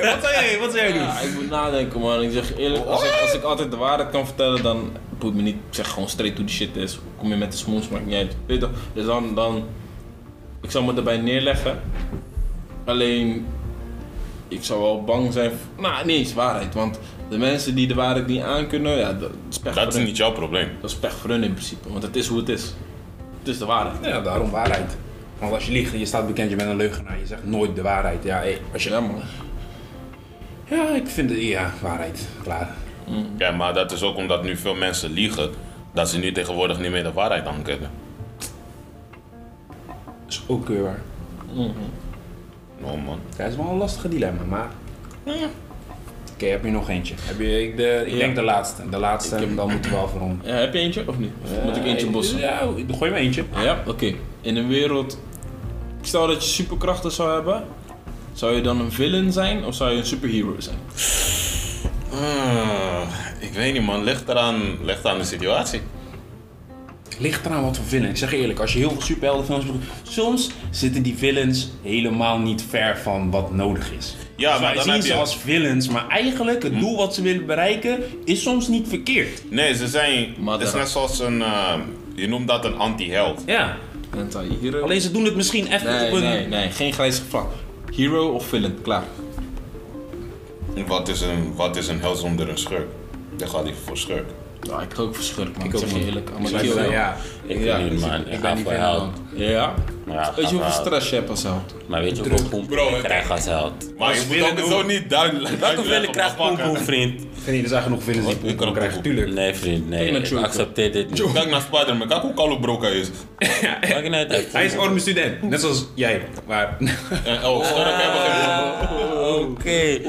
Speaker 5: wat zou jij, wat zou jij doen?
Speaker 3: Ja, ik moet nadenken man, ik zeg je eerlijk, als ik, als ik altijd de waarheid kan vertellen, dan boeit me niet, ik zeg gewoon straight hoe de shit is. Kom je met de smoes, maakt niet uit. Weet je toch? Dus dan, dan, ik zou me erbij neerleggen. Alleen, ik zou wel bang zijn, voor- nou niet eens waarheid, want de mensen die de waarheid niet aankunnen, ja, dat is pech
Speaker 1: Dat
Speaker 3: voor
Speaker 1: is
Speaker 3: hun.
Speaker 1: niet jouw probleem.
Speaker 3: Dat is pech voor hun in principe, want het is hoe het is. Het is de waarheid.
Speaker 5: Ja, daarom waarheid. Want als je liegt, je staat bekend, je bent een leugenaar. Je zegt nooit de waarheid. Ja, hé, als je...
Speaker 3: Ja man.
Speaker 5: Ja, ik vind het... Ja, waarheid. Klaar.
Speaker 1: Ja, maar dat is ook omdat nu veel mensen liegen. Dat ze nu tegenwoordig niet meer de waarheid aan kunnen.
Speaker 5: Is ook weer waar.
Speaker 1: No man.
Speaker 5: Dat is wel een lastige dilemma, maar... Oké, heb je nog eentje? Heb je, ik de, ik
Speaker 3: Ja.
Speaker 5: denk de laatste. De laatste, dan moeten we wel voor om.
Speaker 3: Ja, heb je eentje of niet? Of moet ik eentje bossen?
Speaker 5: Ja, gooi maar eentje.
Speaker 3: Ja, oké. In een wereld. Ik stel dat je superkrachten zou hebben. Zou je dan een villain zijn of zou je een superhero zijn?
Speaker 1: Ah, ik weet niet man, ligt eraan, ligt aan de situatie.
Speaker 5: Ligt eraan wat voor villain. Ik zeg je eerlijk, als je heel veel superheldenfilms bekijkt, soms zitten die villains helemaal niet ver van wat nodig is.
Speaker 1: Ja,
Speaker 5: Dus
Speaker 1: maar
Speaker 5: wij
Speaker 1: dan
Speaker 5: zien
Speaker 1: heb
Speaker 5: ze
Speaker 1: je-
Speaker 5: als villains, maar eigenlijk het doel wat ze willen bereiken is soms niet verkeerd.
Speaker 1: Nee, ze zijn.
Speaker 3: Maar
Speaker 1: het is
Speaker 3: dat-
Speaker 1: net zoals een. eh, je noemt dat een anti-held.
Speaker 5: Ja.
Speaker 3: Anti-hero?
Speaker 5: Alleen ze doen het misschien even
Speaker 3: Nee,
Speaker 5: op een...
Speaker 3: nee, nee, geen grijs vlak. Hero of villain, klaar.
Speaker 1: Wat is een, wat is een held zonder een schurk? Ik ga liever voor schurk.
Speaker 3: Ja, ik ga ook voor schurk, man. Ik,
Speaker 5: ook,
Speaker 3: zeg
Speaker 5: man.
Speaker 3: je eerlijk.
Speaker 5: Ik
Speaker 3: allemaal
Speaker 5: zou zeggen,
Speaker 3: hero.
Speaker 5: ja.
Speaker 2: Ik
Speaker 3: Ja,
Speaker 2: weet niet, man. Ik ga voor held.
Speaker 3: Ja?
Speaker 2: Ja,
Speaker 3: Weet je
Speaker 2: ga
Speaker 3: hoeveel
Speaker 2: voor
Speaker 3: stress je hebt als held?
Speaker 2: held. Maar weet je hoeveel poempoen ik krijg als held?
Speaker 1: Maar je moet ook zo niet duidelijk.
Speaker 2: Welke
Speaker 1: duidelijk
Speaker 2: wil ik krijg
Speaker 1: oppakken.
Speaker 2: poempoen, vriend?
Speaker 5: Nee, er zijn genoeg villains die
Speaker 1: Ik kan ook
Speaker 5: krijgen,
Speaker 1: ook.
Speaker 5: tuurlijk.
Speaker 2: Nee, vriend, nee.
Speaker 3: naar
Speaker 2: Ik
Speaker 3: Joker.
Speaker 2: accepteer dit niet.
Speaker 1: Kijk naar Spider-Man, kijk hoe koude broek hij is.
Speaker 2: Maakt niet uit,
Speaker 5: [LAUGHS]
Speaker 2: echt.
Speaker 5: Hij is arme student, net zoals jij. Maar [LAUGHS]
Speaker 1: En oh, schurk hebben geen broek.
Speaker 2: Ah, Oké.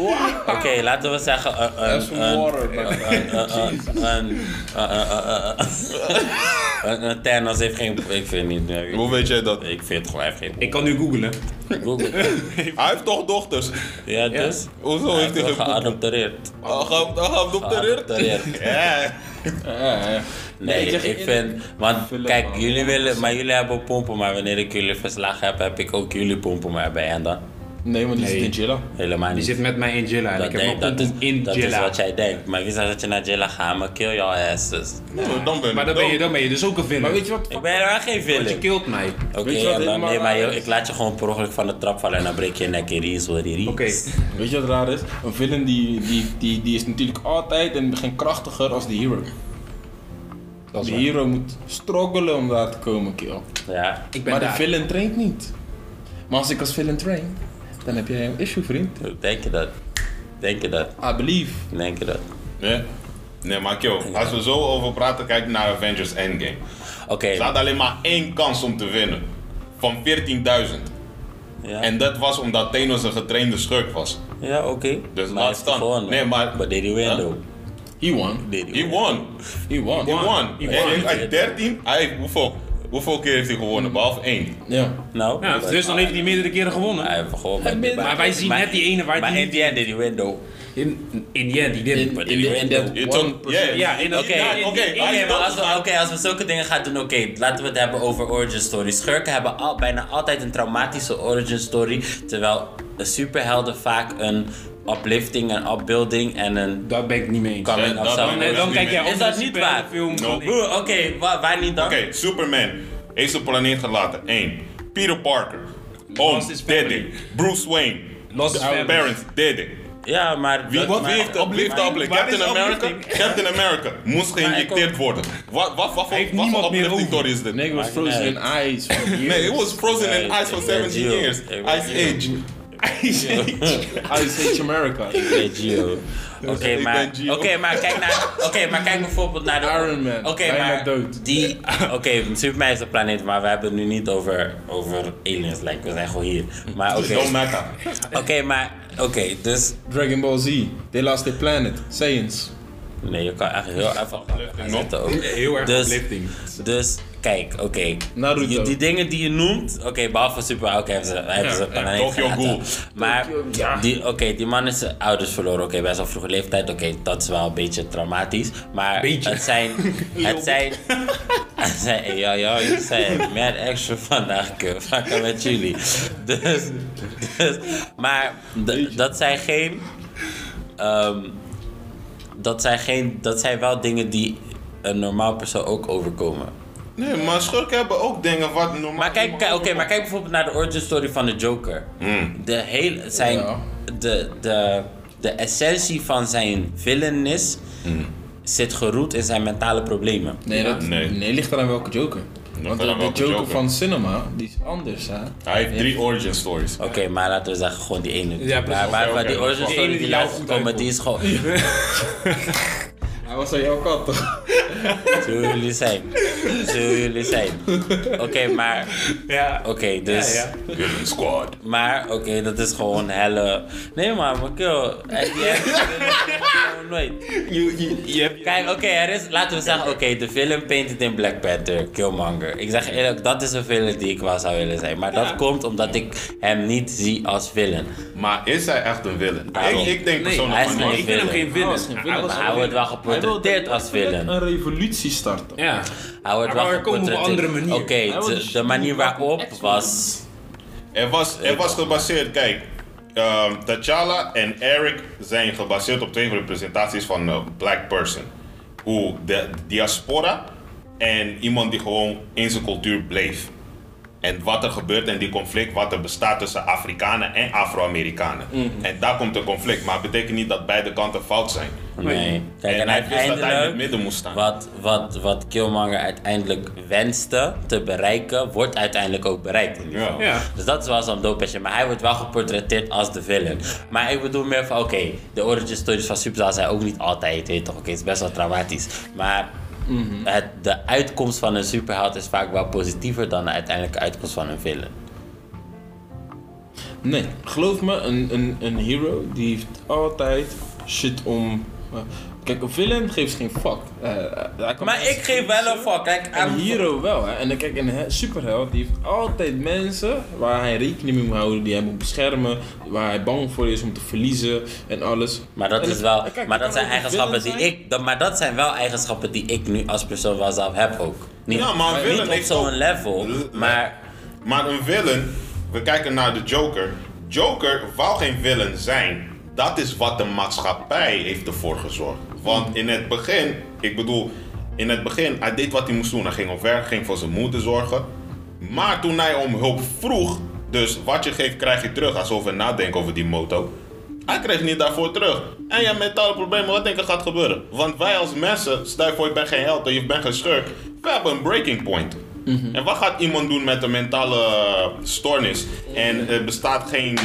Speaker 2: Oké, laten we zeggen een- een-
Speaker 3: some
Speaker 2: een-
Speaker 3: water,
Speaker 2: een- een- een- eh, [LAUGHS] een- een Thanos heeft geen... Ik vind niet...
Speaker 1: Hoe weet jij dat?
Speaker 2: Ik vind het gewoon, hij heeft geen...
Speaker 5: ik kan nu googlen.
Speaker 2: Google.
Speaker 1: Hij heeft toch dochters?
Speaker 2: Ja, dus?
Speaker 1: Hoezo
Speaker 2: Hij
Speaker 1: heeft hij
Speaker 2: wordt
Speaker 1: geen broek?
Speaker 2: geadopteerd.
Speaker 1: Ah, Ga ga hem op de rit.
Speaker 2: Geadopteerd.
Speaker 1: Ja.
Speaker 3: Ja, ja.
Speaker 2: Nee, ik, vind. Want
Speaker 3: Vullen,
Speaker 2: kijk,
Speaker 3: man.
Speaker 2: jullie willen. Maar jullie hebben pompen, maar wanneer ik jullie verslagen heb, heb ik ook jullie pompen maar bij en dan.
Speaker 3: Nee, want die
Speaker 5: Nee.
Speaker 3: zit in Jilla.
Speaker 2: Helemaal
Speaker 5: Die
Speaker 2: niet.
Speaker 5: zit met mij in Jilla en
Speaker 2: dat
Speaker 5: ik heb
Speaker 2: denk-
Speaker 5: mijn
Speaker 2: dat is,
Speaker 5: pompom in
Speaker 2: dat is
Speaker 5: Jilla.
Speaker 2: wat jij denkt. Maar wie zegt dat je naar Jilla gaat? Maar kill your asses.
Speaker 1: Nou, Dan ben ik
Speaker 5: Maar dan ben, je,
Speaker 1: dood.
Speaker 5: dan ben je dus ook een villain.
Speaker 3: Maar weet je wat?
Speaker 2: Ik ben helemaal geen
Speaker 5: Want je
Speaker 2: villain.
Speaker 5: kilt mij.
Speaker 2: Oké,
Speaker 3: weet je wat
Speaker 2: en dan-
Speaker 3: helemaal
Speaker 2: nee, maar
Speaker 3: raar
Speaker 2: joh,
Speaker 3: is?
Speaker 2: ik laat je gewoon per ongeluk van de trap vallen en dan breek je je nek in Ries hoor, Ries.
Speaker 5: Oké.
Speaker 3: Weet je wat raar is? Een villain die, die, die, die is natuurlijk altijd en in het begin krachtiger als de hero.
Speaker 5: Dat is
Speaker 3: De
Speaker 5: waar.
Speaker 3: hero moet struggelen om daar te komen, kill.
Speaker 2: Ja.
Speaker 5: Ik ben
Speaker 3: Maar de
Speaker 5: daar.
Speaker 3: villain traint niet. Maar als ik als villain train, dan heb jij een issue, vriend.
Speaker 2: Denk je dat? Denk je dat?
Speaker 3: I believe.
Speaker 2: Denk je dat?
Speaker 1: Nee, nee maar joh, als we zo over praten, kijk naar Avengers Endgame.
Speaker 2: Oké.
Speaker 1: Ze hadden alleen maar één kans om te winnen. Van 14.000.
Speaker 2: Ja,
Speaker 1: En dat was omdat Thanos een getrainde schurk was.
Speaker 2: ja oké.
Speaker 1: Dus
Speaker 2: Maar hij
Speaker 1: laat
Speaker 2: heeft
Speaker 1: staan.
Speaker 2: gewonnen.
Speaker 1: Nee, maar-
Speaker 2: But did he win
Speaker 1: Huh?
Speaker 2: though?
Speaker 3: He won.
Speaker 2: Did he
Speaker 1: He
Speaker 2: win?
Speaker 1: won.
Speaker 3: He won.
Speaker 1: He won.
Speaker 2: He
Speaker 1: Hij
Speaker 2: won.
Speaker 1: heeft uit 13. Hij heeft hoeveel, hoeveel keer heeft hij gewonnen? Behalve één.
Speaker 3: Ja.
Speaker 2: Nou,
Speaker 5: Ja,
Speaker 2: but-
Speaker 5: dus dan heeft hij meerdere keren
Speaker 2: Hij
Speaker 5: gewonnen.
Speaker 2: heeft gewonnen.
Speaker 3: bent-
Speaker 5: Maar wij zien net die ene waar
Speaker 2: Maar
Speaker 5: die-
Speaker 2: in the end did he win though.
Speaker 5: In, in the end, he didn't.
Speaker 3: In,
Speaker 2: But
Speaker 3: in,
Speaker 2: he
Speaker 3: the-
Speaker 2: win
Speaker 3: in that
Speaker 2: though.
Speaker 1: Je
Speaker 3: 1%.
Speaker 1: toont- yeah,
Speaker 5: Ja, in dat-
Speaker 2: Oké,
Speaker 1: ja, oké.
Speaker 2: Oké,
Speaker 1: Als je
Speaker 2: maar
Speaker 1: dat
Speaker 2: als we- oké, als we zulke dingen gaan doen, oké, laten we het hebben over origin stories. Schurken hebben al, bijna altijd een traumatische origin story, terwijl de superhelden vaak een uplifting, een upbuilding en een
Speaker 5: Dat ben ik niet mee eens.
Speaker 1: Ja,
Speaker 2: coming
Speaker 1: dat-
Speaker 2: of
Speaker 1: dat-
Speaker 5: Nee,
Speaker 2: zo.
Speaker 5: dan kijk jij
Speaker 2: Is
Speaker 5: ook
Speaker 2: dat
Speaker 5: een
Speaker 2: niet waar?
Speaker 5: superheldenfilm van-
Speaker 1: Nope.
Speaker 2: Broer, oké, wa- waar niet dan?
Speaker 1: Oké, Superman heeft zijn planeet gelaten. 1. Peter Parker.
Speaker 5: his
Speaker 1: Oom,
Speaker 5: family.
Speaker 1: dead it. Bruce Wayne.
Speaker 5: Lost his
Speaker 1: Our
Speaker 5: family.
Speaker 1: parents, dead it.
Speaker 2: Ja, maar...
Speaker 1: Wie,
Speaker 2: dat-
Speaker 1: wie heeft de uplifting?
Speaker 5: Waar
Speaker 1: Captain
Speaker 5: is de
Speaker 1: America?
Speaker 5: uplifting?
Speaker 1: Captain America moest geïnjecteerd worden. Wat, wat, wat,
Speaker 5: heeft
Speaker 1: voor- wat
Speaker 5: niemand
Speaker 1: voor
Speaker 5: meer
Speaker 1: uplifting
Speaker 5: over.
Speaker 1: story is dit?
Speaker 3: Nigga was frozen in
Speaker 5: [LAUGHS]
Speaker 3: ice. for
Speaker 1: Nee,
Speaker 3: years.
Speaker 1: it was frozen in
Speaker 2: Ja,
Speaker 1: ice for
Speaker 2: ik-
Speaker 1: 17
Speaker 2: Gio.
Speaker 1: years.
Speaker 2: Ik-
Speaker 1: Ice Age.
Speaker 5: [LAUGHS]
Speaker 3: Ice Age America.
Speaker 2: Nee,
Speaker 1: [LAUGHS]
Speaker 2: Gio. Oké,
Speaker 1: ik
Speaker 2: maar,
Speaker 1: ben Gio.
Speaker 2: oké, maar kijk naar, oké, maar kijk bijvoorbeeld naar de
Speaker 3: Iron Man,
Speaker 2: Oké,
Speaker 3: bijna
Speaker 2: maar
Speaker 3: dood.
Speaker 2: die, oké, Superman is een planeet, maar we hebben het nu niet over, over aliens, like, we zijn gewoon hier.
Speaker 1: [LAUGHS]
Speaker 2: Maar oké,
Speaker 1: Don't matter.
Speaker 2: oké, maar, oké, dus,
Speaker 3: Dragon Ball Z. They lost their planet. Saiyans.
Speaker 2: nee, je kan echt heel even gaan
Speaker 1: no?
Speaker 2: zitten ook.
Speaker 5: Heel erg
Speaker 2: Dus,
Speaker 5: uplifting.
Speaker 2: dus kijk, oké,
Speaker 3: Naruto.
Speaker 2: die, die dingen die je noemt, oké, behalve Super, oké, hebben ze, hebben ze een planeet
Speaker 1: Tokyo
Speaker 2: gelaten.
Speaker 1: Ghoul.
Speaker 2: Maar die, oké, die man is zijn ouders verloren. Oké, best wel vroege leeftijd. Oké, dat is wel een beetje traumatisch. Maar het zijn. Het zijn. [LAUGHS] Het zijn. Ja, ja, jullie zijn mad action vandaag, [LAUGHS] kut. Vakken met jullie. Dus. dus maar d- dat zijn geen. ehm, dat zijn geen. Dat zijn wel dingen die een normaal persoon ook overkomen.
Speaker 1: Nee, maar schurken hebben ook dingen wat normaal...
Speaker 2: Maar kijk, kijk, oké, maar kijk bijvoorbeeld naar de origin story van de Joker. De hele, zijn,
Speaker 3: Ja.
Speaker 2: de, de, de essentie van zijn villainness zit geroet in zijn mentale problemen.
Speaker 3: Nee, dat,
Speaker 1: Nee.
Speaker 3: nee. ligt eraan welke Joker. Want de,
Speaker 1: eraan
Speaker 3: de
Speaker 1: welke
Speaker 3: Joker,
Speaker 1: Joker.
Speaker 3: van cinema, die is anders, hè?
Speaker 1: Hij heeft drie origin stories.
Speaker 2: Oké, maar laten we zeggen gewoon die ene.
Speaker 5: Ja, precies.
Speaker 2: maar, maar,
Speaker 1: Oké,
Speaker 2: maar
Speaker 1: oké.
Speaker 2: die origin
Speaker 1: Die
Speaker 2: story
Speaker 5: ene
Speaker 2: die,
Speaker 5: die jou
Speaker 2: laatst
Speaker 5: goed
Speaker 2: gekomen, die is gewoon...
Speaker 3: Hij was aan jouw kant, [LAUGHS] toch?
Speaker 2: Zullen jullie zijn. Zullen jullie zijn. Oké, maar...
Speaker 5: Ja.
Speaker 2: Oké, dus...
Speaker 5: Ja, ja.
Speaker 1: Villain Squad.
Speaker 2: Maar oké, dat is gewoon helle. Nee, maar, maar kill. En die hebben- gewoon nooit. Kijk, oké, er is, laten we zeggen, oké, de villain painted in Black Panther, Killmonger. Ik zeg eerlijk, dat is een villain die ik wel zou willen zijn. Maar dat komt omdat ik hem niet zie als villain.
Speaker 1: Maar is hij echt een villain?
Speaker 2: Daarom.
Speaker 1: Ik, ik denk persoonlijk
Speaker 2: hij is
Speaker 1: van
Speaker 2: geen
Speaker 1: niet.
Speaker 5: Ik vind hem geen
Speaker 3: Hij was geen
Speaker 5: winnaar.
Speaker 3: winnaar.
Speaker 2: Maar hij wordt wel geportretteerd als villain.
Speaker 3: Een revolutie starten.
Speaker 5: Ja.
Speaker 2: Hij wordt
Speaker 5: Maar
Speaker 2: wel
Speaker 5: er komen op een
Speaker 2: geportretteerd.
Speaker 5: andere manier.
Speaker 2: Oké,
Speaker 3: Hij wordt
Speaker 2: de,
Speaker 3: dus
Speaker 2: de manier waarop
Speaker 3: X-Men.
Speaker 2: was...
Speaker 1: Er was, er was gebaseerd, kijk, ehm T'Challa en Eric zijn gebaseerd op twee representaties van een black person. Hoe de diaspora en iemand die gewoon in zijn cultuur bleef. En wat er gebeurt en die conflict wat er bestaat tussen Afrikanen en Afro-Amerikanen.
Speaker 2: Mhm.
Speaker 1: En daar komt een conflict, maar het betekent niet dat beide kanten fout zijn.
Speaker 2: Nee. Kijk, en,
Speaker 1: en hij wist dat hij in het
Speaker 2: uiteindelijk...
Speaker 1: midden moest staan.
Speaker 2: Wat, wat, wat Killmonger uiteindelijk wenste te bereiken, wordt uiteindelijk ook bereikt. In die
Speaker 1: Ja.
Speaker 2: film.
Speaker 5: Ja.
Speaker 2: Dus dat is wel zo'n dope passion. Maar hij wordt wel geportretteerd als de villain. Maar ik bedoel meer van, oké, de origin stories van Superman zijn ook niet altijd, weet je toch? Oké, het is best wel traumatisch. Maar het, de uitkomst van een superheld is vaak wel positiever dan de uiteindelijke uitkomst van een villain.
Speaker 3: Nee, geloof me, een, een, een hero die heeft altijd shit om. eh, kijk, een villain geeft geen fuck. Eh, hij kan
Speaker 2: Maar ik geef wel een fuck. Kijk,
Speaker 3: Een
Speaker 2: I'm-
Speaker 3: hero wel, hè? En dan kijk, een he- superheld die heeft altijd mensen waar hij rekening mee moet houden, die hij moet beschermen, waar hij bang voor is om te verliezen en alles.
Speaker 2: Maar dat,
Speaker 3: En
Speaker 2: is
Speaker 3: de-
Speaker 2: wel,
Speaker 3: en kijk,
Speaker 2: maar
Speaker 3: je kan
Speaker 2: dat zijn
Speaker 3: ook een
Speaker 2: eigenschappen die
Speaker 3: villain zijn.
Speaker 2: ik. Dat, maar dat zijn wel eigenschappen die ik nu als persoon wel zelf heb ook. Niet,
Speaker 1: Ja, maar een
Speaker 2: niet
Speaker 1: villain
Speaker 2: op
Speaker 1: heeft ook-
Speaker 2: zo'n level. Maar
Speaker 1: Maar een villain, we kijken naar de Joker. Joker wou geen villain zijn. Dat is wat de maatschappij heeft ervoor gezorgd. Want in het begin, ik bedoel, in het begin, hij deed wat hij moest doen. Hij ging op werk, ging voor zijn moeder zorgen. Maar toen hij om hulp vroeg, dus wat je geeft krijg je terug, als we over nadenken over die motto. Hij kreeg niet daarvoor terug. En je hebt mentale problemen, wat denk je gaat gebeuren? Want wij als mensen, stel je voor je bent geen held en je bent geen schurk, we hebben een breaking point. En wat gaat iemand doen met een mentale eh, stoornis? En er bestaat geen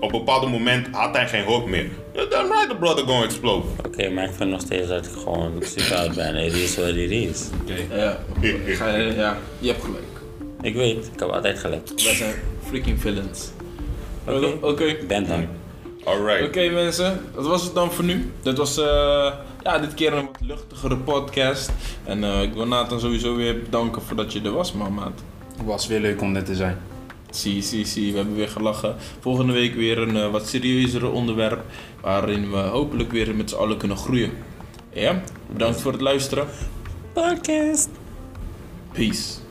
Speaker 1: op een bepaald moment had hij geen hoop meer. Yeah, Damn right the brother gonna explode.
Speaker 2: Oké, maar ik vind nog steeds dat ik gewoon super oud ben. Het is wat het is.
Speaker 3: Ja, ik ga- ja, je hebt gelijk.
Speaker 2: Ik weet, ik heb altijd gelijk.
Speaker 3: Wij zijn freaking villains. Oké.
Speaker 2: Oké. Ben dan.
Speaker 1: Alright.
Speaker 3: Oké mensen, dat was het dan voor nu. Dit was eh, ja, dit keer een wat luchtigere podcast. En eh, ik wil Nathan sowieso weer bedanken voordat je er was, man, maat.
Speaker 5: was weer leuk om dit te zijn.
Speaker 3: Zie, zie, zie, we hebben weer gelachen. Volgende week weer een eh, wat serieuzere onderwerp. Waarin we hopelijk weer met z'n allen kunnen groeien. Ja, bedankt voor het luisteren.
Speaker 2: Podcast.
Speaker 3: Peace.